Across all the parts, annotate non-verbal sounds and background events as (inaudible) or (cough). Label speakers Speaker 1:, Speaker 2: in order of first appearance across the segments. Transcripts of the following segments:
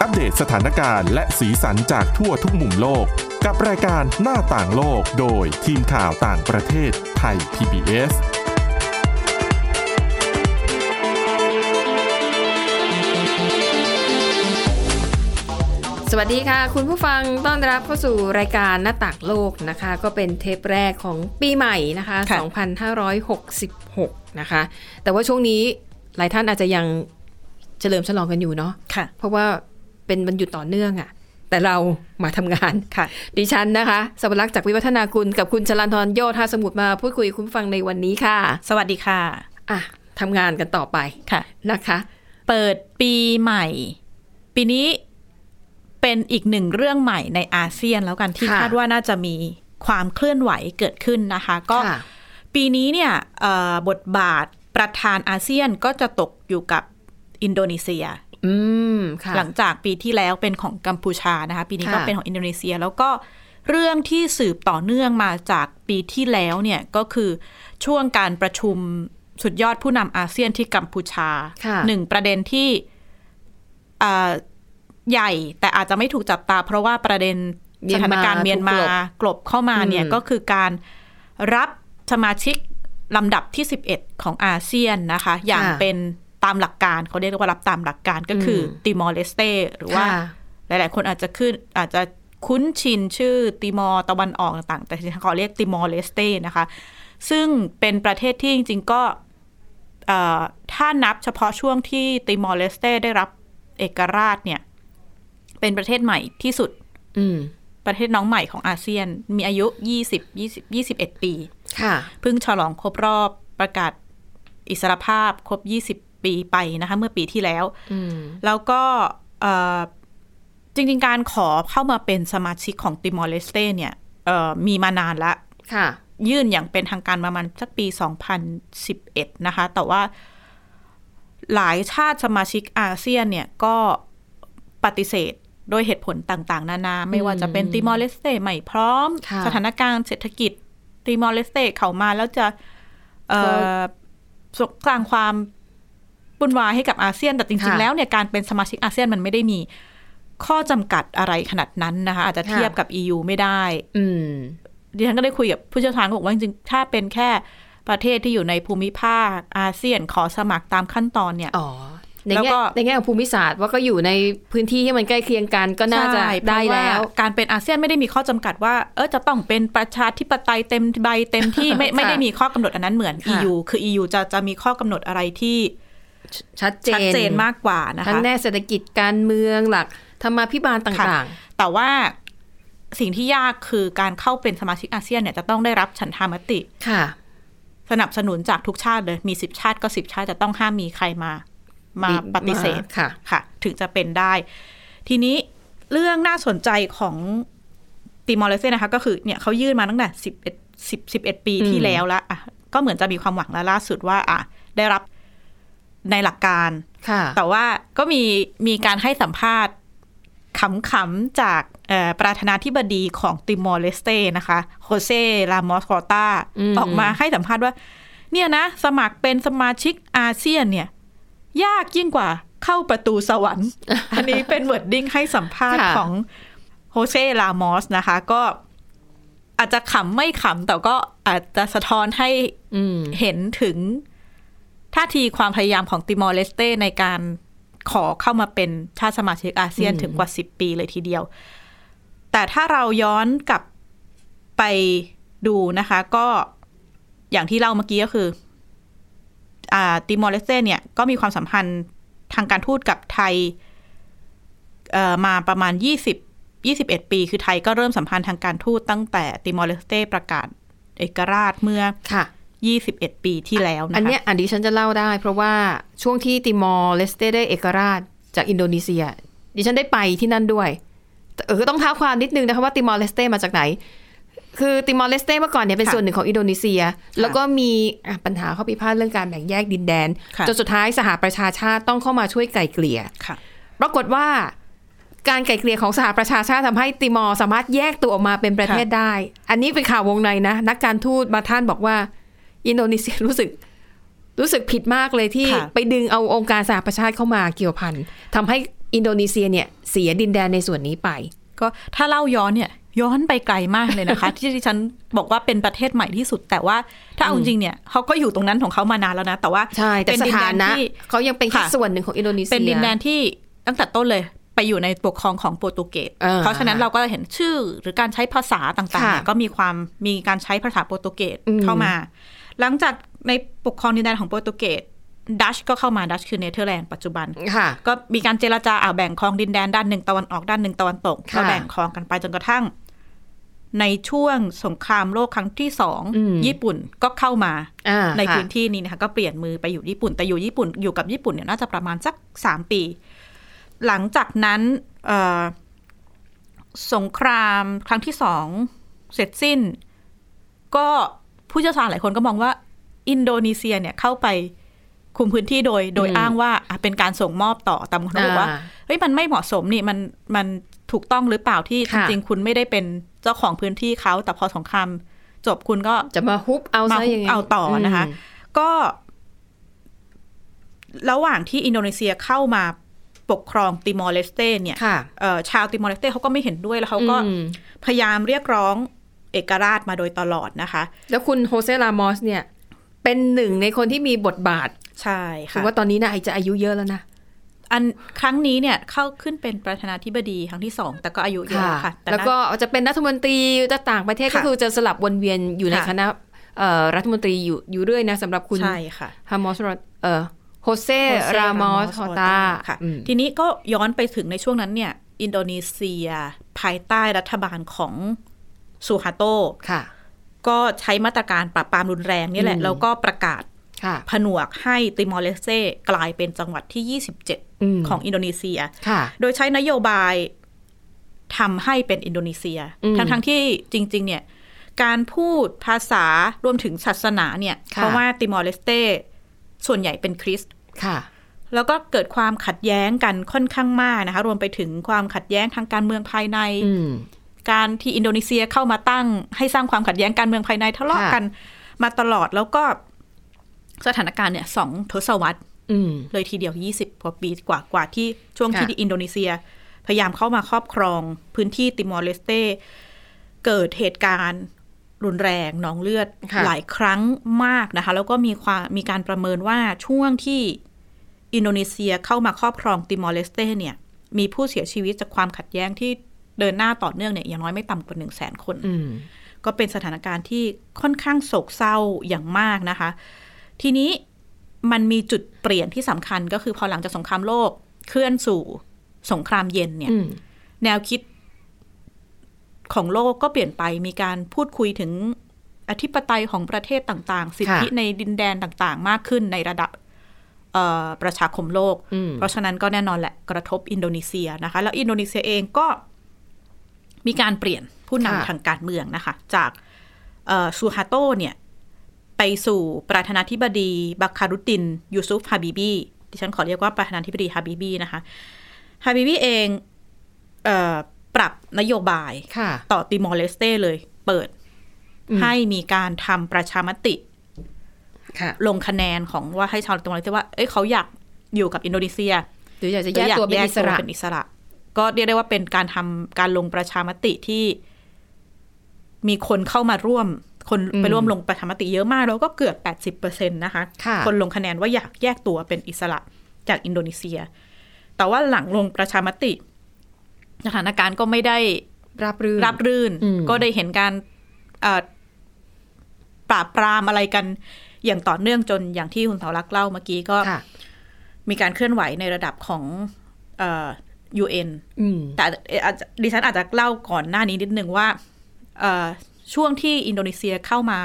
Speaker 1: อัปเดตสถานการณ์และสีสันจากทั่วทุกมุมโลก กับรายการหน้าต่างโลกโดยทีมข่าวต่างประเทศไทย PBS
Speaker 2: สวัสดีค่ะ คุณผู้ฟังต้อนรับเข้าสู่รายการหน้าต่างโลกนะคะ ก็เป็นเทปแรกของปีใหม่นะคะ
Speaker 3: ค่ะ
Speaker 2: 2566 นะคะ แต่ว่าช่วงนี้หลายท่านอาจจะยังเฉลิมฉลองกันอยู่เนาะ
Speaker 3: ค่ะ
Speaker 2: เพราะว่าเป็นวันหยุดต่อเนื่องอะแต่เรามาทำงาน
Speaker 3: ค่ะ
Speaker 2: ดิฉันนะคะสวรักษ์จากวิวัฒนาคุณกับคุณชลันทรโยธาสมุทรมาพูดคุยกับคุณผู้ฟังในวันนี้ค่ะ
Speaker 3: สวัสดีค่ะ
Speaker 2: อ่ะทำงานกันต่อไป
Speaker 3: ค่ะ
Speaker 2: นะคะ
Speaker 3: เปิดปีใหม่ ปีนี้เป็นอีกหนึ่งเรื่องใหม่ในอาเซียนแล้วกันที่
Speaker 2: ค่ะ
Speaker 3: คาดว่าน่าจะมีความเคลื่อนไหวเกิดขึ้นนะคะ ก็
Speaker 2: ค่ะ
Speaker 3: ปีนี้เนี่ยเอ่อบทบาทประธานอาเซียนก็จะตกอยู่กับอินโดนีเซีย
Speaker 2: อืมค่ะ
Speaker 3: หลังจากปีที่แล้วเป็นของกัมพูชานะคะ ปีนี้ก็
Speaker 2: ค่ะ
Speaker 3: เป็นของอินโดนีเซีย แล้วก็เรื่องที่สืบต่อเนื่องมาจากปีที่แล้วเนี่ยก็คือช่วงการประชุมสุดยอดผู้นำอาเซียนที่กัมพูชา
Speaker 2: ค่ะ
Speaker 3: หนึ่งประเด็นที่เอ่อใหญ่แต่อาจจะไม่ถูกจับตา เพราะว่าประเด็น
Speaker 2: เมี
Speaker 3: ส
Speaker 2: ยนมา
Speaker 3: ถานการณ์เมียนมา
Speaker 2: ถูกกลบ
Speaker 3: กลบเข้ามาเนี่ย
Speaker 2: อืม
Speaker 3: ก็คือการรับสมาชิกลำดับที่ 11 ของอาเซียนนะคะ อย่าง
Speaker 2: ค่ะ
Speaker 3: เป็นตามหลักการเขาเรียกว่ารับตามหลักการก็คืออ
Speaker 2: ม
Speaker 3: ติมอร์เลสเตหรือว่า
Speaker 2: ค่ะ
Speaker 3: หลาย ๆ คนอาจจะขึ้นอาจจะคุ้นชินชื่อติมอร์ตะวันออกต่าง ๆ แต่ที่ฉันขอเรียกติมอร์เลสเตนะคะ ซึ่งเป็นประเทศที่จริง ๆ ก็เอ่อถ้านับเฉพาะช่วงที่ติมอร์เลสเตได้รับเอกราชเนี่ย เป็นประเทศใหม่ที่สุด
Speaker 2: อืม
Speaker 3: ประเทศน้องใหม่ของอาเซียน มีอายุ 20 20 21 ปี
Speaker 2: ค่ะ
Speaker 3: เพิ่งฉลองครบรอบประกาศอิสรภาพครบ 20 ปีไปนะคะเมื่อปีที่แล้ว
Speaker 2: อืม
Speaker 3: แล้วก็เอ่อจริงๆการขอเข้ามาเป็นสมาชิกของติมอร์เลสเตเนี่ยเอ่อมีมานานละ
Speaker 2: ค่ะ
Speaker 3: ยื่นอย่างเป็นทางการประมาณสักปี 2011 นะคะ แต่ว่าหลายชาติสมาชิกอาเซียนเนี่ยก็ปฏิเสธโดยเหตุผลต่างๆ นานา ไม่ว่าจะเป็นติมอร์เลสเตไม่พร้อม
Speaker 2: ค่ะ
Speaker 3: สถานการณ์เศรษฐกิจติมอร์เลสเตเข้ามาแล้วจะเอ่อ
Speaker 2: ก็
Speaker 3: สกสร้างความปุ่นวายให้กับอาเซียน แต่จริง ๆ
Speaker 2: ค่ะ
Speaker 3: แล้วเนี่ยการเป็นสมาชิกอาเซียนมันไม่ได้มีข้อจำกัดอะไรขนาดนั้นนะคะ อาจจะ
Speaker 2: ค่ะ
Speaker 3: เทียบกับ EU ไม่ได้
Speaker 2: อืม
Speaker 3: ดิฉันก็ได้คุยกับผู้เชี่ยวชาญเขาบอกว่าจริงๆ ถ้าเป็นแค่ประเทศที่อยู่ในภูมิภาคอาเซียนขอสมัครตามขั้นตอนเนี่ย
Speaker 2: อ๋อ ใน
Speaker 3: แล้ว
Speaker 2: แง่
Speaker 3: ก็
Speaker 2: ในแง่ของภูมิศาสตร์ว่าก็อยู่ในพื้นที่ที่มันใกล้เคียงกันก็น่าจะ
Speaker 3: ใช่เพ
Speaker 2: ได้
Speaker 3: ราะา
Speaker 2: แล้ว
Speaker 3: การเป็นอาเซียนไม่ได้มีข้อจำกัดว่าเออจะต้องเป็นประชาธิปไตยเต็มใบเต็มที่ (laughs) ไม่ไม่ได้มีข้อกำหนดอันนั้นเหมือน
Speaker 2: ค่ะ
Speaker 3: EU คือ EU จะจะมีข้อกำหนดอะไรที่
Speaker 2: ชัดเจน
Speaker 3: ชัดเจนมากกว่านะคะ
Speaker 2: ทั้งแน่เศรษฐกิจการเมืองหลักธรรมาภิบาลต่าง
Speaker 3: แต่ว่าสิ่งที่ยากคือการเข้าเป็นสมาชิกอาเซียนเนี่ยจะต้องได้รับฉันทามติ
Speaker 2: ๆ ค่ะ
Speaker 3: สนับสนุนจากทุกชาติเลยมีสิบชาติก็สิบชาติจะต้องห้ามมีใครมา มา
Speaker 2: มี
Speaker 3: ปฏิเสธ
Speaker 2: มาค่ะ
Speaker 3: ค่ะ ถึงจะเป็นได้ ทีนี้เรื่องน่าสนใจของติมอร์เลสเตนะคะ ก็คือเนี่ยเขายื่นมาตั้งแต่สิบเอ็ดสิบสิบเอ็ดปีที่แล้วละอ่ะก็เหมือนจะมีความหวังแล้วล่าสุดว่า อ่ะ ได้รับในหลักการ
Speaker 2: ค่ะ
Speaker 3: แต่ว่าก็มีมีการให้สัมภาษณ์ขำๆจากเอ่อประธานาธิบดีของติมอร์เลสเตนะคะโคเซรามอสคอตา
Speaker 2: อืม
Speaker 3: ออกมาให้สัมภาษณ์ว่า เนี่ยนะ สมัครเป็นสมาชิกอาเซียนเนี่ย ยากยิ่งกว่าเข้าประตูสวรร
Speaker 2: (laughs)
Speaker 3: ค์ อันนี้เป็นเวิร์ดดิ้งให้สัมภาษณ์
Speaker 2: ค่ะ
Speaker 3: ของโฮเซรามอสนะคะ ก็อาจจะขำไม่ขำแต่ก็อาจจะสะท้อนให้
Speaker 2: อืม
Speaker 3: เห็นถึงท่าทีความพยายามของติมอร์เลสเตในการขอเข้ามาเป็นชาติสมาชิกอาเซียน
Speaker 2: อืม
Speaker 3: ถึงกว่า 10 ปีเลยทีเดียว แต่ถ้าเราย้อนกลับไปดูนะคะ ก็อย่างที่เล่าเมื่อกี้ก็คืออ่าติมอร์เลสเตเนี่ย ก็มีความสัมพันธ์ทางการทูตกับไทยเอ่อมาประมาณ 20 21 ปี คือไทยก็เริ่มสัมพันธ์ทางการทูตตั้งแต่ติมอร์เลสเตประกาศเอกราชเมื่อ
Speaker 2: ค่ะ
Speaker 3: ยี่สิบเอ็ดปีที่แล้วนะคะ
Speaker 2: อันเนี้ยอันดิฉันจะเล่าได้ เพราะว่าช่วงที่ติมอร์เลสเตได้เอกราชจากอินโดนีเซีย ดิฉันได้ไปที่นั่นด้วยแต่เออก็ต้องท้าความนิดนึงนะคะว่าติมอร์เลสเตมาจากไหน คือติมอร์เลสเตเมื่อก่อนเนี่ยเป็นส่วนหนึ่งของอินโดนีเซีย แล้วก็มีอ่ะปัญหาข้อพิพาทเรื่องการแบ่งแยกดินแดนจนสุดท้ายสหประชาชาติต้องเข้ามาช่วยไกล่เกลี่ย
Speaker 3: ค่ะ
Speaker 2: ปรากฏว่าการไกล่เกลี่ยของสหประชาชาติทำให้ติมอร์สามารถแยกตัวออกมาเป็นประเทศได้ อันนี้เป็นข่าววงในนะ นักการทูตบางท่านบอกว่า อินโดนีเซียรู้สึก รู้สึกผิดมากเลยที่
Speaker 3: ค่ะ
Speaker 2: ไปดึงเอาองค์การสหประชาชาติเข้ามาเกี่ยวพันทำให้ อินโดนีเซียเนี่ยเสียดินแดนในส่วนนี้ไป
Speaker 3: ก็ถ้าเล่าย้อนเนี่ย ย้อนไปไกลมากเลยนะคะ (laughs) ที่ที่ฉันบอกว่าเป็นประเทศใหม่ที่สุด แต่ว่าถ้าเอาจริงๆเนี่ยเขาก็อยู่ตรงนั้นของเขามานานแล้วนะ แต่ว่า
Speaker 2: ใช่ แต่
Speaker 3: เป็น
Speaker 2: ส
Speaker 3: ดิน
Speaker 2: ถา
Speaker 3: แดน
Speaker 2: นะ
Speaker 3: ที่
Speaker 2: เขายังเป็นแค่
Speaker 3: ค่ะ
Speaker 2: ส่วนหนึ่งของอินโดนีเซีย
Speaker 3: เป็นดินแดนที่ตั้งแต่ต้นเลยไปอยู่ในปกครองของโปรตุเกส
Speaker 2: อ่า
Speaker 3: เพราะฉะนั้นเราก็เห็นชื่อหรือการใช้ภาษาต่างๆ
Speaker 2: ค่ะ
Speaker 3: เนี่ยก็มีความมีการใช้ภาษาโปรตุเกส
Speaker 2: อืม
Speaker 3: เข้ามา หลังจากในปกครองดินแดนของโปรตุเกสดัชก็เข้ามาดัชคือเนเธอร์แลนด์ปัจจุบัน
Speaker 2: ค่ะ
Speaker 3: ก็มีการเจรจาอ่าแบ่งคลองดินแดนด้านหนึ่งตะวันออกด้านหนึ่งตะวันตก
Speaker 2: ค่ะ
Speaker 3: ก็แบ่งคลองกันไปจนกระทั่ง ในช่วงสงครามโลกครั้งที่สองญี่ปุ่นก็เข้ามา
Speaker 2: อ่า
Speaker 3: ใน
Speaker 2: ค่ะ
Speaker 3: พื้นที่นี้นะคะก็เปลี่ยนมือไปอยู่ญี่ปุ่น แต่อยู่ญี่ปุ่นอยู่กับญี่ปุ่นเนี่ยน่าจะประมาณสักสามปี หลังจากนั้นเอ่อสงครามครั้งที่สองเสร็จสิ้น ก็ผู้เชี่ยวชาญหลายคนก็มองว่า อินโดนีเซียเนี่ยเข้าไปคุมพื้นที่โดย โดยอ้างว่าอ่ะเป็นการส่งมอบต่อตามคนบอกว่า
Speaker 2: อ่
Speaker 3: เฮ้ยมันไม่เหมาะสมนี่มันมันถูกต้องหรือเปล่าที่จ
Speaker 2: ค่ะ
Speaker 3: ริงๆ คุณไม่ได้เป็นเจ้าของพื้นที่เขาแต่พอสงครามจบคุณก็
Speaker 2: จะมาฮุบเอาซะ
Speaker 3: มาฮุบ
Speaker 2: ย่งไง
Speaker 3: เอาต่อนะคะ
Speaker 2: ม
Speaker 3: ก็ระหว่างที่อินโดนีเซียเข้ามาปกครองติมอร์เลสเต้เนี่ย
Speaker 2: ค่ะ
Speaker 3: เอ่อชาวติมอร์เลสเต้เขาก็ไม่เห็นด้วยแล้วเขาก็
Speaker 2: อืม
Speaker 3: พยายามเรียกร้องเอกราชมาโดยตลอดนะคะ
Speaker 2: แล้วคุณโฮเซรามอสเนี่ย เป็นหนึ่งในคนที่มีบทบาท
Speaker 3: ใช่
Speaker 2: ถื
Speaker 3: ค่ะ
Speaker 2: อว่าตอนนี้นายจะอายุเยอะแล้วนะ
Speaker 3: อันครั้งนี้เนี่ยเข้าขึ้นเป็นประธานาธิบดีครั้งที่สอง แต่ก็อายุเยอะค่ะต่
Speaker 2: แล้ว
Speaker 3: น่า
Speaker 2: ก็จะเป็นรัฐมนตรีจะต่างประเทศก็
Speaker 3: ค่ะ
Speaker 2: คือจะสลับวนเวียนอยู่ใน
Speaker 3: ค่ะ
Speaker 2: คณะเอ่อรัฐมนตรีอยู่อยู่เรื่อยนะสำหรับคุณ
Speaker 3: ใช่ค่ะ
Speaker 2: ฮามอสรอเอ่อโฮเซ
Speaker 3: Jose
Speaker 2: รามอส
Speaker 3: Ramos
Speaker 2: ฮอ
Speaker 3: Horta
Speaker 2: ตา
Speaker 3: ค่ะ
Speaker 2: อืม
Speaker 3: ทีนี้ก็ย้อนไปถึงในช่วงนั้นเนี่ย อินโดนีเซีย ภายใต้รัฐบาลของซูฮาโต
Speaker 2: ค่ะ
Speaker 3: ก็ใช้มาตรการปราบปรามรุนแรงเนี่ยแหละ
Speaker 2: อืม
Speaker 3: แล้วก็ประกาศ
Speaker 2: ค่ะ
Speaker 3: ผนวกให้ติมอร์เลสเต้กลายเป็นจังหวัดที่
Speaker 2: อืม
Speaker 3: 27 ของอินโดนีเซีย
Speaker 2: ค่ะ
Speaker 3: โดยใช้นโยบายทำให้เป็นอินโดนีเซีย
Speaker 2: อืม
Speaker 3: ทั้งทั้งๆที่จริง ๆ เนี่ย การพูดภาษารวมถึงศาสนาเนี่ย
Speaker 2: ค่ะ
Speaker 3: เพราะว่าติมอร์เลสเต้ส่วนใหญ่เป็นคริสต์
Speaker 2: ค่ะ
Speaker 3: แล้วก็เกิดความขัดแย้งกันค่อนข้างมากนะคะ รวมไปถึงความขัดแย้งทางการเมืองภายใน
Speaker 2: อืม
Speaker 3: การที่อินโดนีเซียเข้ามาตั้ง ให้สร้างความขัดแย้งการเมืองภายในทะเลาะ
Speaker 2: ค่ะ
Speaker 3: กันมาตลอดแล้วก็สถานการณ์เนี่ยสองทศวรรษ
Speaker 2: อืม
Speaker 3: เลยทีเดียว 20กว่าปีกว่ากว่าที่ช่วงที่
Speaker 2: ค่ะ
Speaker 3: อินโดนีเซีย พยายามเข้ามาครอบครองพื้นที่ติมอร์เลสเต้เกิดเหตุการณ์รุนแรงหนองเลือด
Speaker 2: ค่ะ
Speaker 3: หลายครั้งมากนะคะ แล้วก็มีความมีการประเมินว่าช่วงที่อินโดนีเซียเข้ามาครอบครองติมอร์เลสเต้เนี่ย มีผู้เสียชีวิตจากความขัดแย้งที่เดินหน้าต่อเนื่องเนี่ยอย่างน้อยไม่ต่ำกว่าหนึ่งแสนคน
Speaker 2: อืม
Speaker 3: ก็เป็นสถานการณ์ที่ค่อนข้างโศกเศร้าอย่างมากนะคะ ทีนี้มันมีจุดเปลี่ยนที่สำคัญก็คือพอหลังจากสงครามโลกเคลื่อนสู่สงครามเย็นเนี่ย
Speaker 2: อืม
Speaker 3: แนวคิดของโลกก็เปลี่ยนไปมีการพูดคุยถึงอธิปไตยของประเทศต่าง ๆ สิทธิ
Speaker 2: ค่ะ
Speaker 3: ในดินแดนต่างๆ มากขึ้นในระดับเอ่อประชาคมโลก
Speaker 2: อืม
Speaker 3: เพราะฉะนั้นก็แน่นอนแหละกระทบอินโดนีเซียนะคะ แล้วอินโดนีเซียเองก็มีการเปลี่ยนผู้นำทางการเมืองนะคะ จากเอ่อซูฮาโตเนี่ยไปสู่ประธานาธิบดีบัคคารุติน ยูซุฟฮาบิบีดิฉันขอเรียกว่าประธานาธิบดีฮาบิบีนะคะฮาบิบีเอง เอ่อปรับนโยบาย
Speaker 2: ค่ะ
Speaker 3: ต่อติมอร์เลสเต้เลย เปิด
Speaker 2: อืม
Speaker 3: ให้มีการทำประชามติ
Speaker 2: ค่ะ
Speaker 3: ลงคะแนนของว่าให้ชาวติมอร์เลสเต้ว่า เอ้ยเขาอยากอยู่กับอินโดนีเซีย
Speaker 2: หรืออยากจะ
Speaker 3: หรื
Speaker 2: แยก
Speaker 3: ออยาก
Speaker 2: ตัวเป็นอิสระ
Speaker 3: เป็นอิสระ ก็เรียกได้ว่าเป็นการทำการลงประชามติที่มีคนเข้ามาร่วม คน
Speaker 2: อืม
Speaker 3: ไปร่วมลงประชามติเยอะมาก แล้วก็เกือบ 80%นะคะ
Speaker 2: ค่ะ
Speaker 3: คนลงคะแนนว่าอยากแยกตัวเป็นอิสระจากอินโดนีเซีย แต่ว่าหลังลงประชามติ สถานการณ์ก็ไม่ได้
Speaker 2: รับรื่น
Speaker 3: รับรื่น
Speaker 2: อืม
Speaker 3: ก็ได้เห็นการเอ่อปราบปรามอะไรกันอย่างต่อเนื่องจนอย่างที่คุณเสารักษ์เล่าเมื่อกี้ก็
Speaker 2: ค่ะ
Speaker 3: มีการเคลื่อนไหวในระดับของเอ่อ UN
Speaker 2: อืม
Speaker 3: แต่อาจจะดิฉันอาจจะเล่าก่อนหน้านี้นิดนึงว่าเอ่อช่วงที่อินโดนีเซียเข้ามา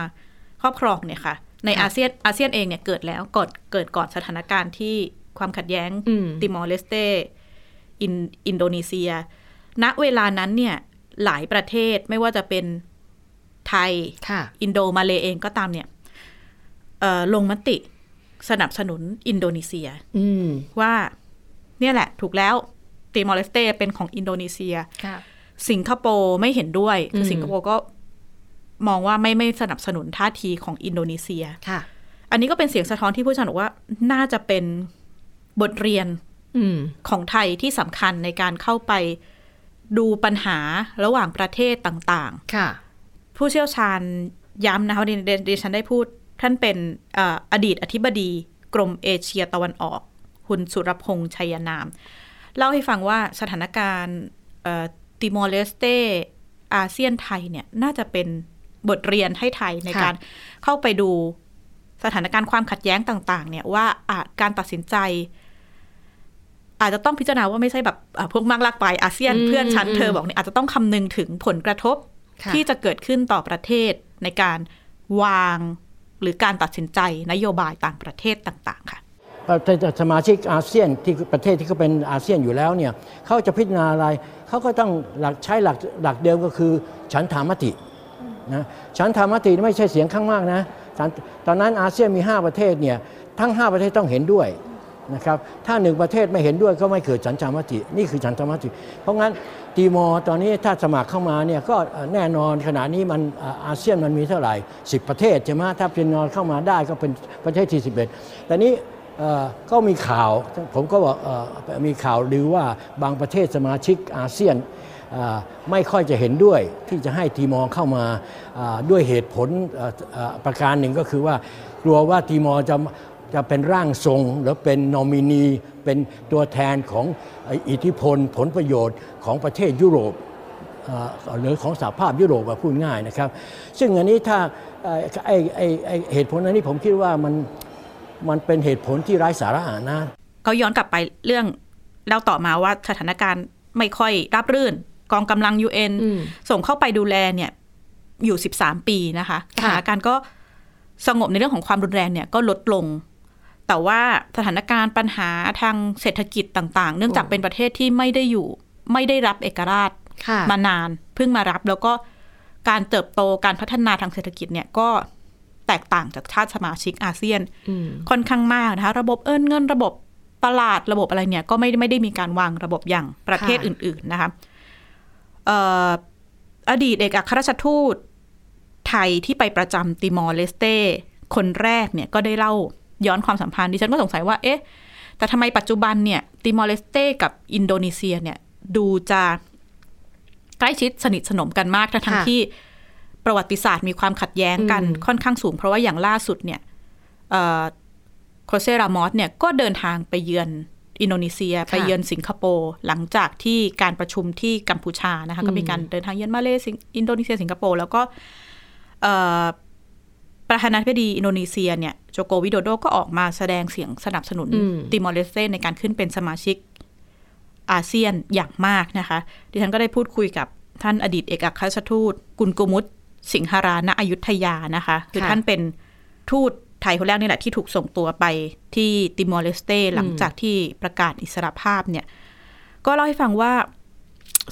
Speaker 3: ครอบครองเนี่ยค่ะ ใน
Speaker 2: ค่ะ
Speaker 3: อาเซียนอาเซียนเองเนี่ยเกิดแล้วก่อนเกิดก่อนสถานการณ์ที่ความขัดแย้ง
Speaker 2: อืม
Speaker 3: ติมอร์เลสเตอินอินโดนีเซีย ณเวลานั้นเนี่ยหลายประเทศไม่ว่าจะเป็นไทย
Speaker 2: ค่ะ
Speaker 3: อินโดมาเลเองก็ตามเนี่ยเอ่อลงมติสนับสนุนอินโดนีเซีย
Speaker 2: อืม
Speaker 3: ว่าเนี่ยแหละถูกแล้วติมอร์เลสเตเป็นของอินโดนีเซีย
Speaker 2: ค่ะ
Speaker 3: สิงคโปร์ไม่เห็นด้วยคืออ
Speaker 2: ม
Speaker 3: สิงคโปร์ก็มองว่าไม่ไม่สนับสนุนท่าทีของอินโดนีเซีย
Speaker 2: ค่ะ
Speaker 3: อันนี้ก็เป็นเสียงสะท้อนที่ผู้ชันบอกว่าน่าจะเป็นบทเรียน
Speaker 2: อืม
Speaker 3: ของไทยที่สำคัญในการเข้าไปดูปัญหาระหว่างประเทศต่าง
Speaker 2: ค่ะ
Speaker 3: ๆ ผู้เชี่ยวชาญย้ำนะคะดิดิดิฉันได้พูด ท่านเป็นเอ่ออดีตอธิบดีกรมเอเชียตะวันออก คุณสุรพงษ์ชัยนาม เล่าให้ฟังว่าสถานการณ์ติมอร์เลสเตอาเซียนไทยเนี่ยน่าจะเป็นบทเรียนให้ไทยใน
Speaker 2: ค่ะ
Speaker 3: การเข้าไปดูสถานการณ์ความขัดแย้งต่าง ๆ เนี่ยว่าอาจการตัดสินใจ อาจจะต้องพิจารณาว่าไม่ใช่แบบอ่ะพวกมากลากไปอาเซียนเพื่อนชั้นเธอบอกเนี่ยอาจจะต้องคำนึงถึงผลกระทบ
Speaker 2: ค่ะ
Speaker 3: ที่จะเกิดขึ้นต่อประเทศในการวางหรือการตัดสินใจนโยบายต่างประเทศต่าง ๆ ค่ะ
Speaker 4: ประเทศสมาชิกอาเซียนที่ประเทศที่เขาเป็นอาเซียนอยู่แล้วเนี่ยเขาจะพิจารณาอะไรเขาก็ต้องหลักใช้หลักหลักเดิมก็คือ ฉันทามตินะฉันทามติไม่ใช่เสียงข้างมากนะฉันตอนนั้นอาเซียนมี 5 ประเทศเนี่ยทั้ง 5 ประเทศต้องเห็นด้วยนะครับถ้าหนึ่งประเทศไม่เห็นด้วยก็ไม่เกิดฉันทามตินี่คือฉันทามติ เพราะงั้นตีมอร์ตอนนี้ถ้าสมัครเข้ามาเนี่ยก็เอ่อแน่นอนขณะนี้มันเอ่ออาเซียนมันมีเท่าไหร่ 10 ประเทศใช่ไหมถ้าตีมอร์เข้ามาได้ก็เป็นประเทศที่11แต่นี้ เอ่อก็มีข่าวผมก็บอกเอ่อมีข่าวลือว่าบางประเทศสมาชิกอาเซียนเอ่อไม่ค่อยจะเห็นด้วยที่จะให้ตีมอร์เข้ามาเอ่อด้วยเหตุผลเอ่อเอ่อประการหนึ่งก็คือว่ากลัวว่าตีมอร์จะจะเป็นร่างทรง หรือเป็นนอมินี เป็นตัวแทนของอิทธิพลผลประโยชน์ของประเทศยุโรป เอ่อหรือของสหภาพยุโรปอะพูดง่ายนะครับ ซึ่งอันนี้ถ้าเอ่อไอไอไอเหตุผลอันนี้ผมคิดว่ามันมันเป็นเหตุผลที่ไร้สาระนะ
Speaker 3: ก็ย้อนกลับไปเรื่องเล่าต่อมาว่าสถานการณ์ไม่ค่อยราบรื่น กองกำลัง UN
Speaker 2: อืม
Speaker 3: ส่งเข้าไปดูแลเนี่ยอยู่ 13 ปีนะคะส
Speaker 2: ค่ะ
Speaker 3: ถานการณ์ก็สงบในเรื่องของความรุนแรงเนี่ยก็ลดลง แต่ว่าสถานการณ์ปัญหาทางเศรษฐกิจต่าง ๆ เนื่องจากเป็นประเทศที่ไม่ได้อยู่ไม่ได้รับเอกราช
Speaker 2: ค่ะ
Speaker 3: มานานเพิ่งมารับแล้วก็การเติบโตการพัฒนาทางเศรษฐกิจเนี่ยก็แตกต่างจากชาติสมาชิกอาเซียน
Speaker 2: อืม
Speaker 3: ค่อนข้างมากนะคะระบบเอินเงินระบบตลาดระบบอะไรเนี่ย ก็ไม่ไม่ได้มีการวางระบบอย่างประเทศ
Speaker 2: ค่ะ
Speaker 3: อื่น ๆ นะคะเอ่ออดีตเอกอัครราชทูตไทยที่ไปประจำติมอร์เลสเตคนแรกเนี่ยก็ได้เล่าย้อนความสัมพันธ์ดิฉันก็สงสัยว่า เอ๊ะ แต่ทำไมปัจจุบันเนี่ยติมอร์เลสเตกับอินโดนีเซียเนี่ยดูจะใกล้ชิดสนิทสนมกันมากทั้ง
Speaker 2: ค่ะ
Speaker 3: ๆที่ประวัติศาสตร์มีความขัดแย้งกันค่อนข้างสูง เพราะว่าอย่างล่าสุดเนี่ยเอ่อ โคเซรามอสเนี่ยก็เดินทางไปเยือนอินโดนีเซีย ไปเยือนสิงคโปร์หลังจากที่การประชุมที่กัมพูชานะคะก็มีการเดินทางเยือนมาเลเซียอินโดนีเซียสิงคโปร์แล้วก็เอ่อประธานาธิบดีอินโดนีเซียเนี่ยโจโกวิโดโดก็ออกมาแสดงเสียงสนับสนุน
Speaker 2: อืม
Speaker 3: ติมอร์เลสเตในการขึ้นเป็นสมาชิกอาเซียนอย่างมากนะคะ ดิฉันก็ได้พูดคุยกับท่านอดีตเอกอัครราชทูต กุลกุมุตสิงหราณอยุธยานะคะ คือ
Speaker 2: ค่ะ
Speaker 3: ท่านเป็นทูตไทยคนแรกนี่แหละที่ถูกส่งตัวไปที่ติมอร์เลสเตหลังจากที่ประกาศอิสรภาพเนี่ย ก็เล่าให้ฟังว่า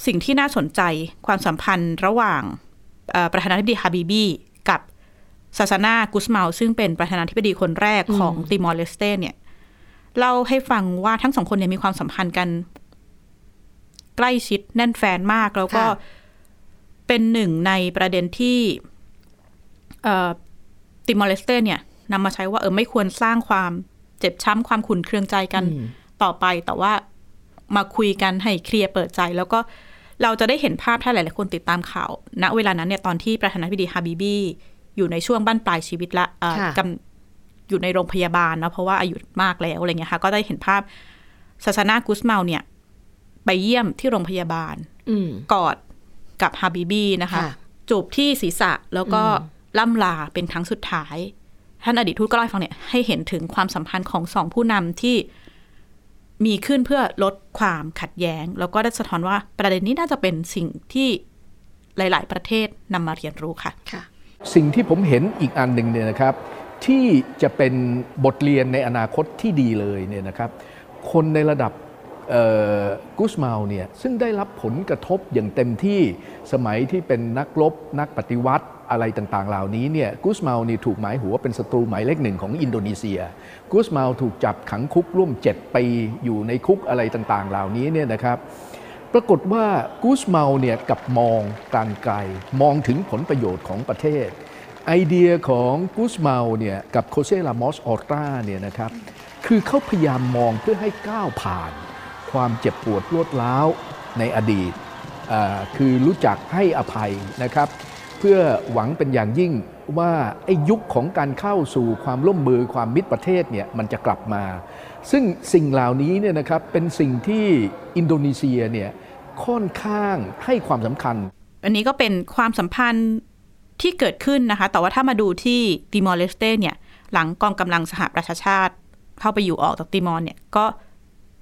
Speaker 3: สิ่งที่น่าสนใจความสัมพันธ์ระหว่างเอ่อประธานาธิบดีฮาบิบีกับซาซานากุสเมาซึ่งเป็นประธานาธิบดีคนแรกของติมอร์เลสเตเนี่ยเล่าให้ฟังว่าทั้งสองคนเนี่ยมีความสัมพันธ์กัน ใกล้ชิดแน่นแฟนมากแล้วก็
Speaker 2: ค่ะ
Speaker 3: เป็นหนึ่งในประเด็นที่เอ่อ ติมอร์เลสเตเนี่ยนำมาใช้ว่าเออไม่ควรสร้างความเจ็บช้ำความขุนเคืองใจกันต่อไป แต่ว่ามาคุยกันให้เคลียร์เปิดใจ แล้วก็เราจะได้เห็นภาพถ้าหลาย ๆ คนติดตามข่าว ณเวลานั้นเนี่ยตอนที่ประธานาธิบดีฮาบิบีอยู่ในช่วงบั้นปลายชีวิตละเอ่อ
Speaker 2: ค่ะ
Speaker 3: กำอยู่ในโรงพยาบาลนะเพราะว่าอายุมากแล้วอะไรเงี้ยค่ะก็ได้เห็นภาพซาซานากุสเมาเนี่ยไปเยี่ยมที่โรงพยาบาล
Speaker 2: อืม
Speaker 3: กอดกับฮาบิบีนะคะ
Speaker 2: ค่ะ
Speaker 3: จูบที่ศีรษะแล้วก็ล่ำลาเป็นครั้งสุดท้าย ท่านอดีตทูตก็เล่าให้ฟังเนี่ยให้เห็นถึงความสัมพันธ์ของสองผู้นำที่มีขึ้นเพื่อลดความขัดแย้ง แล้วก็ได้สะท้อนว่าประเด็นนี้น่าจะเป็นสิ่งที่หลาย ๆ ประเทศนำมาเรียนรู้ค่ะ
Speaker 2: ค่ะ
Speaker 5: สิ่งที่ผมเห็นอีกอันหนึ่งเนี่ยนะครับ ที่จะเป็นบทเรียนในอนาคตที่ดีเลยเนี่ยนะครับ คนในระดับเอ่อกุสมาลเนี่ยซึ่งได้รับผลกระทบอย่างเต็มที่สมัยที่เป็นนักรบนักปฏิวัติอะไรต่างๆ เหล่านี้เนี่ยกุสมาลนี่ถูกหมายหัวเป็นศัตรูหมายเลขหนึ่งของอินโดนีเซีย กุสมาลถูกจับขังคุกร่วม 7 ปีอยู่ในคุกอะไรต่างๆ เหล่านี้เนี่ยนะครับ ปรากฏว่ากูสเมาเนี่ยกลับมองการไกล มองถึงผลประโยชน์ของประเทศ ไอเดียของกูสเมาเนี่ยกับโคเซลามอสออตราเนี่ยนะครับคือเขาพยายามมองเพื่อให้ก้าวผ่าน ความเจ็บปวดรวดร้าวในอดีตอ่าคือรู้จักให้อภัยนะครับ เพื่อหวังเป็นอย่างยิ่งว่าไอ้ยุคของการเข้าสู่ความร่วมมือความมิตรประเทศเนี่ยมันจะกลับมา ซึ่งสิ่งเหล่านี้เนี่ยนะครับเป็นสิ่งที่อินโดนีเซียเนี่ยค่อนข้างให้ความสำคัญ
Speaker 3: อันนี้ก็เป็นความสัมพันธ์ที่เกิดขึ้นนะคะ แต่ว่าถ้ามาดูที่ติมอร์เลสเตเนี่ย หลังกองกำลังสหประชาชาติ เข้าไปอยู่ออกจากติมอร์เนี่ย ก็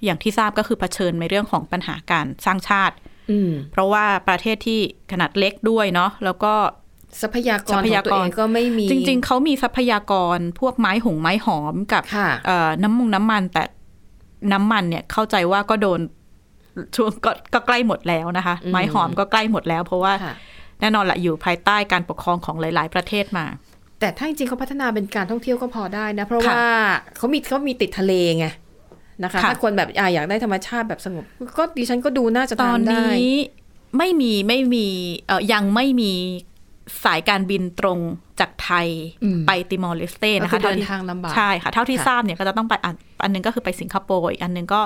Speaker 3: อย่างที่ทราบก็คือเผชิญในเรื่องของปัญหาการสร้างชาติ
Speaker 2: อืม
Speaker 3: เพราะว่าประเทศที่ขนาดเล็กด้วยเนาะ แล้วก็
Speaker 2: ทรัพยากร
Speaker 3: ทรัพ
Speaker 2: ข
Speaker 3: ยา
Speaker 2: องตัว
Speaker 3: กร
Speaker 2: เองก็ไม่มี
Speaker 3: จริงๆ เขามีทรัพยากรพวกไม้หงไม้หอมกับ
Speaker 2: ค่ะ
Speaker 3: เอ่อน้ำมงน้ำมันแต่น้ำมันเนี่ยเข้าใจว่าก็โดนช่วงก็ก็ใกล้หมดแล้วนะคะ ไม้หอมก็ใกล้หมดแล้ว เพราะว่า
Speaker 2: ค่ะ
Speaker 3: แน่นอนละอยู่ภายใต้การปกครองของหลาย ๆ ประเทศมา
Speaker 2: แต่ถ้าจริงๆเขาพัฒนาเป็นการท่องเที่ยวก็พอได้นะ เพราะ
Speaker 3: ค่ะ
Speaker 2: ว่าเขามีเขามีติดทะเลไงนะคะ
Speaker 3: ค่ะ
Speaker 2: ถ้าคนแบบอ่ะอยากได้ธรรมชาติแบบสงบ ก็ดิฉันก็ดูน่าจะ
Speaker 3: ตอน
Speaker 2: ทำได้
Speaker 3: นี้ไม่มีไม่มีเอ่อยังไม่มีสายการบินตรงจากไทย
Speaker 2: อืม
Speaker 3: ไปติมอร์เลสเตนะ
Speaker 2: ก็คื
Speaker 3: คะ
Speaker 2: อ
Speaker 3: ท่ที่
Speaker 2: เดินทางลำบาก
Speaker 3: ใช่ค่ะ เท่าที่
Speaker 2: ค่ะ
Speaker 3: ทราบเนี่ยก็จะต้องไปอันอันหนึงก็คือไปสิงคโปร์อีกอันหนึงก็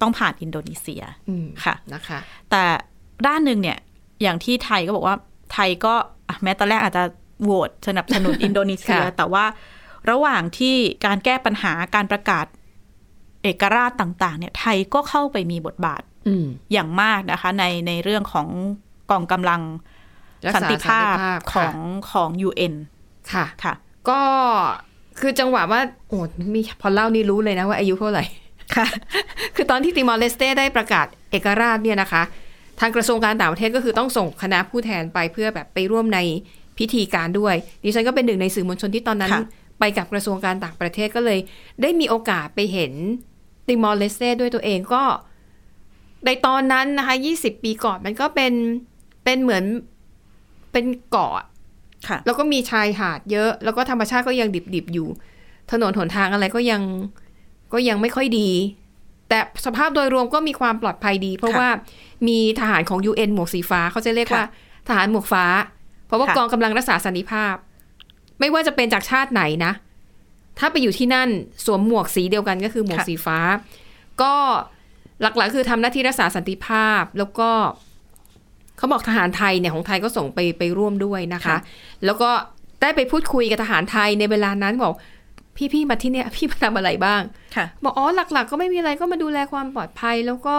Speaker 3: ต้องผ่านอินโดนีเซีย
Speaker 2: อืม
Speaker 3: ค่ะ
Speaker 2: นะคะ
Speaker 3: แต่ด้านหนึ่งเนี่ยอย่างที่ไทยก็บอกว่าไทยก็อ่ะแม้ตอนแรกอาจจะโหวตสนับสนุ (laughs) น อินโดนีเซีย
Speaker 2: ค่ะ
Speaker 3: แต่ว่าระหว่างที่การแก้ปัญหาการประกาศเอกราชต่าง ๆ เนี่ยไทยก็เข้าไปมีบทบาท
Speaker 2: อืม
Speaker 3: อย่างมากนะคะ ในในเรื่องของกองกำลัง
Speaker 2: รักษ
Speaker 3: สันติภาพข
Speaker 2: ค่ะ
Speaker 3: องของ UN
Speaker 2: ค่ะ
Speaker 3: ค่ะ
Speaker 2: ก็คือจังหวะว่าโอ้มีพอเล่านี่รู้เลยนะว่าอายุเท่าไหร่
Speaker 3: ค่ะ
Speaker 2: (laughs) คือตอนที่ติมอร์เลสเต้ได้ประกาศเอกราชเนี่ยนะคะ ทางกระทรวงการต่างประเทศก็คือต้องส่งคณะผู้แทนไปเพื่อแบบไปร่วมในพิธีการด้วย ดิฉันก็เป็นหนึ่งในสื่อมวลชนที่ตอนนั้น
Speaker 3: ค่ะ
Speaker 2: ไปกับกระทรวงการต่างประเทศก็เลย ได้มีโอกาสไปเห็นติมอร์เลสเต้ด้วยตัวเองก็ในตอนนั้นนะคะ 20 ปีก่อนมันก็เป็นเป็นเหมือนเป็นเกาะ
Speaker 3: ค่ะ
Speaker 2: แล้วก็มีชายหาดเยอะ แล้วก็ธรรมชาติก็ยังดิบๆอยู่ ถนนหนทางอะไรก็ยังก็ยังไม่ค่อยดี แต่สภาพโดยรวมก็มีความปลอดภัยดี เพราะ
Speaker 3: ค่ะ
Speaker 2: ว่ามีทหารของ UN หมวกสีฟ้าเขาจะเรียกว่า ทหารหมวกฟ้า เพราะว่า
Speaker 3: ค่ะ
Speaker 2: กองกำลังรักษาสันติภาพ ไม่ว่าจะเป็นจากชาติไหนนะ ถ้าไปอยู่ที่นั่นสวมหมวกสีเดียวกันก็คือหมวกสีฟ้า ก็หลักๆ คือทำหน้าที่รักษาสันติภาพแล้วก็ เขาบอกทหารไทยเนี่ยของไทยก็ส่งไปไปร่วมด้วยนะคะ
Speaker 3: ค่ะ
Speaker 2: แล้วก็ได้ไปพูดคุยกับทหารไทยในเวลานั้นบอกพี่พี่มาที่เนี่ยพี่มาทำอะไรบ้าง
Speaker 3: ค่ะ
Speaker 2: บอกอ๋อหลัก ๆ ก็ไม่มีอะไรก็มาดูแลความปลอดภัย แล้วก็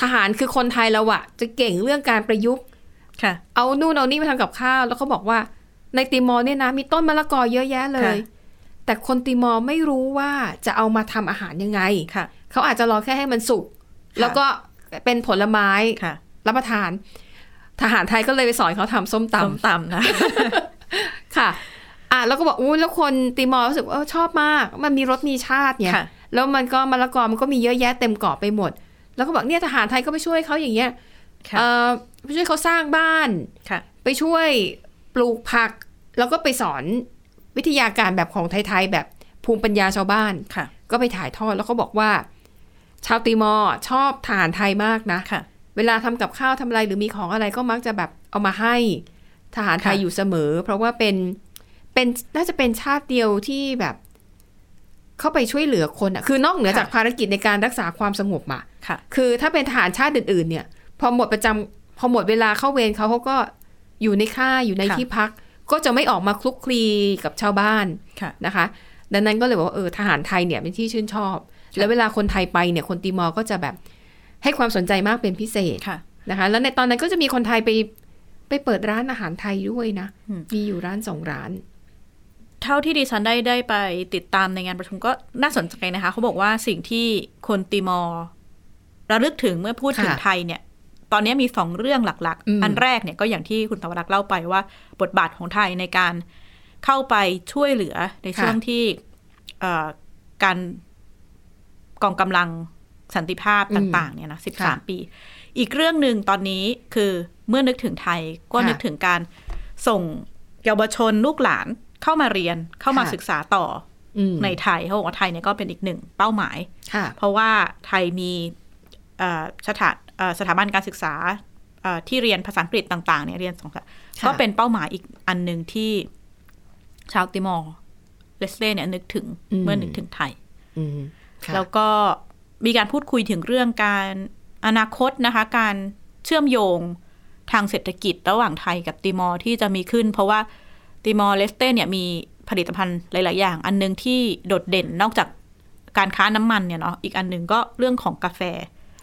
Speaker 2: ทหารคือคนไทยเราอะจะเก่งเรื่องการประยุกต์
Speaker 3: ค่ะ
Speaker 2: เอานู่นเอานี่มาทำกับข้าว แล้วเขาบอกว่าในติมอร์เนี่ยนะ มีต้นมะละกอเยอะแยะเลย
Speaker 3: ค่ะ
Speaker 2: แต่คนติมอร์ไม่รู้ว่าจะเอามาทำอาหารยังไง
Speaker 3: ค่ะ
Speaker 2: เขาอาจจะรอแค่ให้มันสุก แล้วก็เป็นผลไม้
Speaker 3: ค่ะ
Speaker 2: รับประทาน ทหารไทยก็เลยไปสอนเขาทำส้มต
Speaker 3: ส้มตำนะ
Speaker 2: ำ (laughs) ค่ะ อ่ะแล้วก็บอกอู้แล้วคนติมอร์รู้สึกว่าเออชอบมาก มันมีรสมีชาติเนี่ย
Speaker 3: ค่ะ
Speaker 2: แล้วมันก็มะละกอมันก็มีเยอะแยะเต็มเกาะไปหมด แล้วก็บอกเนี่ยทหารไทยก็ไปช่วยเขาอย่างเงี้ย
Speaker 3: ค่ะ
Speaker 2: เอ่อไปช่วยเขาสร้างบ้าน
Speaker 3: ค่ะ
Speaker 2: ไปช่วยปลูกผัก แล้วก็ไปสอนวิทยาการแบบของไทยๆแบบภูมิปัญญาชาวบ้าน
Speaker 3: ค่ะ
Speaker 2: ก็ไปถ่ายทอดแล้วเขาบอกว่า ชาวติมอร์ชอบทหารไทยมากนะ
Speaker 3: ค่ะ
Speaker 2: เวลาทำกับข้าวทำอะไรหรือมีของอะไรก็มักจะแบบเอามาให้ทหารไทย
Speaker 3: ค่ะ
Speaker 2: อยู่เสมอ เพราะว่าเป็นเป็นน่าจะเป็นชาติเดียวที่แบบ เข้าไปช่วยเหลือคนอะคือนอกเหนือจากภารกิจในการรักษาความสงบอะ
Speaker 3: ค่ะ
Speaker 2: คือถ้าเป็นทหารชาติอื่น ๆ เนี่ย พอหมดประจำพอหมดเวลาเข้าเวรเขาเขาก็อยู่ในค่ายอยู่ใน
Speaker 3: ค่ะ
Speaker 2: ที่พัก ก็จะไม่ออกมาคลุกคลีกับชาวบ้าน
Speaker 3: ค่ะ
Speaker 2: นะคะ ดังนั้นก็เลยบอกว่าเออทหารไทยเนี่ยเป็นที่ชื่นชอบ แล้วเวลาคนไทยไปเนี่ยคนติมอร์ก็จะแบบให้ความสนใจมากเป็นพิเศษ
Speaker 3: ค่ะ
Speaker 2: นะคะ แล้วในตอนนั้นก็จะมีคนไทยไปไปเปิดร้านอาหารไทยด้วยนะ
Speaker 3: อืม
Speaker 2: มีอยู่ร้านสองร้าน
Speaker 3: เท่าที่ดิฉันได้ได้ไปติดตามในงานประชุมก็น่าสนใจนะคะ เขาบอกว่าสิ่งที่คนติมอร์ระลึกถึงเมื่อพูดถึง
Speaker 2: ค่ะ
Speaker 3: ไทยเนี่ย ตอนนี้มีสองเรื่องหลัก
Speaker 2: อืม
Speaker 3: ๆ อันแรกเนี่ยก็อย่างที่คุณตวรักษ์เล่าไปว่า บทบาทของไทยในการเข้าไปช่วยเหลือในช่วงที่เอ่อการกองกำลังสันติภาพต่าง ๆ เนี่ยนะสิบสามปี อีกเรื่องหนึ่งตอนนี้คือเมื่อนึกถึงไทยก็
Speaker 2: ค่ะ
Speaker 3: นึกถึงการ ส่งเยาวชนลูกหลานเข้ามาเรียนเข้ามา
Speaker 2: ค่ะ
Speaker 3: ศึกษาต่อ
Speaker 2: อืม
Speaker 3: ในไทยเขาบอกว่าไทยเนี่ยก็เป็นอีกหนึ่งเป้าหมาย
Speaker 2: ค่ะ
Speaker 3: เพราะว่าไทยมีเอ่อสถาเอ่อสถาบันการศึกษาเอ่อที่เรียนภาษาอังกฤษต่างๆเนี่ยเรียนสองภาษา
Speaker 2: ค่ะ
Speaker 3: ก็เป็นเป้าหมายอีกอันหนึ่งที่ชาวติมอร์เลสเต้เนี่ยนึกถึงเมื่อนึกถึงไทย
Speaker 2: อืมค่ะ
Speaker 3: แล้วก็ มีการพูดคุยถึงเรื่องการอนาคตนะคะ การเชื่อมโยงทางเศรษฐกิจระหว่างไทยกับติมอร์ที่จะมีขึ้น เพราะว่าติมอร์เลสเต้เนี่ยมีผลิตภัณฑ์หลาย ๆ อย่าง อันหนึงที่โดดเด่นนอกจากการค้าน้ำมันเนี่ยเนาะอีกอันหนึงก็เรื่องของกาแฟ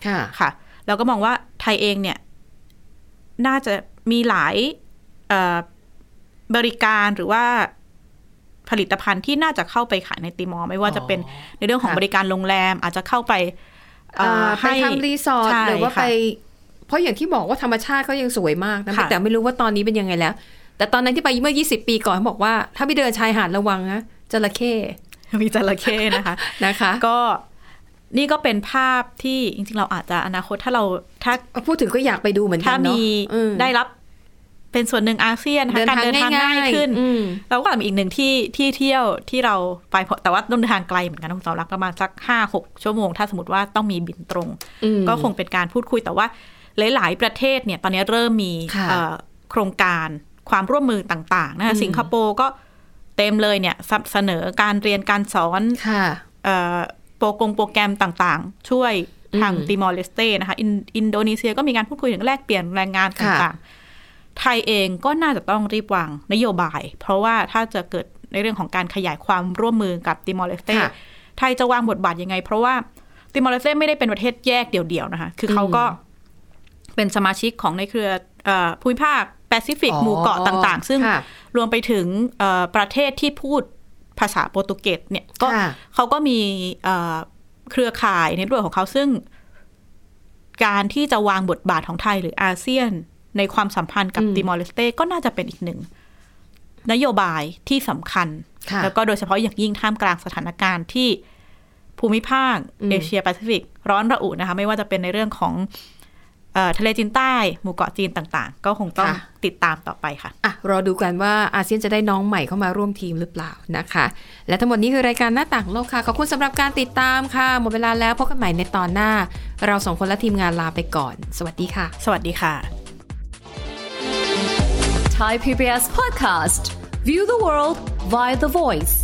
Speaker 2: ค่ะ
Speaker 3: ค่ะเราก็มองว่าไทยเองเนี่ย น่าจะมีหลายเอ่อบริการหรือว่าผลิตภัณฑ์ที่น่าจะเข้าไปขายในติมอร์ไม่ว่าจะเป็นในเรื่องของ
Speaker 2: ค่ะ
Speaker 3: บริการโรงแรม อาจจะเข้าไปเอ่
Speaker 2: อ่า
Speaker 3: อ
Speaker 2: ไป
Speaker 3: ให้
Speaker 2: ทำรีสอร์ท
Speaker 3: ใช่
Speaker 2: หรือว่า
Speaker 3: ค่ะ
Speaker 2: ไป เพราะอย่างที่บอกว่าธรรมชาติเขายังสวยมากนะ
Speaker 3: ค่ะ
Speaker 2: แต่ไม่รู้ว่าตอนนี้เป็นยังไงแล้ว แต่ตอนนั้นที่ไปเมื่อ 20 ปีก่อนเขาบอกว่า ถ้าไปเดินชายหาดระวังนะจระเข้
Speaker 3: มีจระเข้นะคะ
Speaker 2: นะคะ
Speaker 3: ก็นี่ก็เป็นภาพที่จริงๆ เราอาจจะอนาคตถ้าเราถ้า
Speaker 2: พูดถึงก็อยากไปดูเหมือนกั
Speaker 3: ถ้าน
Speaker 2: เนาะ
Speaker 3: มี
Speaker 2: อืม
Speaker 3: ได้รับเป็นส่วนหนึ่งอาเซียนนะคะ
Speaker 2: เดิน
Speaker 3: กา
Speaker 2: ทา
Speaker 3: ร
Speaker 2: ง
Speaker 3: เดินทาง
Speaker 2: ง่า
Speaker 3: ง่ายย
Speaker 2: ๆ
Speaker 3: ขึ้น
Speaker 2: อืม
Speaker 3: เราก็มีอีกหนึ่งที่ที่เที่ยวที่เราไปเพราะแต่ว่าเดินทางไกลเหมือนกันต้องสำรับประมาณสักห้าหกชั่วโมง ถ้าสมมติว่าต้องมีบินตรง
Speaker 2: อืม
Speaker 3: ก็คงเป็นการพูดคุยแต่ว่าหลาย ๆ ประเทศเนี่ยตอนนี้เริ่มมี
Speaker 2: ค่ะ
Speaker 3: เอ่อโครงการความร่วมมือต่างๆนะคะ
Speaker 2: อืม
Speaker 3: สิงคโปร์ก็เต็มเลยเนี่ยเสนอการเรียนการสอน
Speaker 2: ค่ะ
Speaker 3: เอ่อโปรกงโปรแกรมต่างๆ ช่วยทาง
Speaker 2: อืม
Speaker 3: ติมอร์เลสเต้นะคะอินอินโดนีเซียก็มีการพูดคุยถึงแลกเปลี่ยนแรงงานต
Speaker 2: ค่ะ
Speaker 3: ่างๆ ไทยเองก็น่าจะต้องรีบวางนโยบาย เพราะว่าถ้าจะเกิดในเรื่องของการขยายความร่วมมือกับติมอร์เลสเต้
Speaker 2: ค่ะ
Speaker 3: ไทยจะวางบทบาทยังไง เพราะว่าติมอร์เลสเต้ไม่ได้เป็นประเทศแยกเดี่ยวๆนะคะคือเขาก็เป็นสมาชิกของในเครือเอ่อภูมิภาคแปซิฟิก
Speaker 2: อ๋อ
Speaker 3: หมู่เกาะต่างๆ ซึ่ง
Speaker 2: ค่ะ
Speaker 3: รวมไปถึงเอ่อประเทศที่พูดภาษาโปรตุเกสเนี่ยก็
Speaker 2: ค่ะ
Speaker 3: เขาก็มีเอ่อเครือข่ายในเรื่องของเขาซึ่ง การที่จะวางบทบาทของไทยหรืออาเซียน ในความสัมพันธ์กับ
Speaker 2: อืม
Speaker 3: ติมอร์เลสเต้ก็น่าจะเป็นอีกหนึ่ง นโยบายที่สำคัญ
Speaker 2: ค่ะ
Speaker 3: แล้วก็โดยเฉพาะอย่างยิ่งท่ามกลางสถานการณ์ที่ภูมิภาค
Speaker 2: อืม
Speaker 3: เอเชียแปซิฟิกร้อนระอุนะคะ ไม่ว่าจะเป็นในเรื่องของเอ่อทะเลจีนใต้ หมู่เกาะจีนต่างๆ ก็คงต้องติดตามต่อไปค่ะ
Speaker 2: อ่ะ รอดูกันว่าอาเซียนจะได้น้องใหม่เข้ามาร่วมทีมหรือเปล่านะคะ และทั้งหมดนี้คือรายการหน้าต่างโลกค่ะ ขอบคุณสำหรับการติดตามค่ะ หมดเวลาแล้วพบกันใหม่ในตอนหน้า เราสองคนและทีมงานลาไปก่อน สวัสดีค่ะ
Speaker 3: สวัสดีค่ะ
Speaker 6: Thai PBS podcast. View the world via the voice.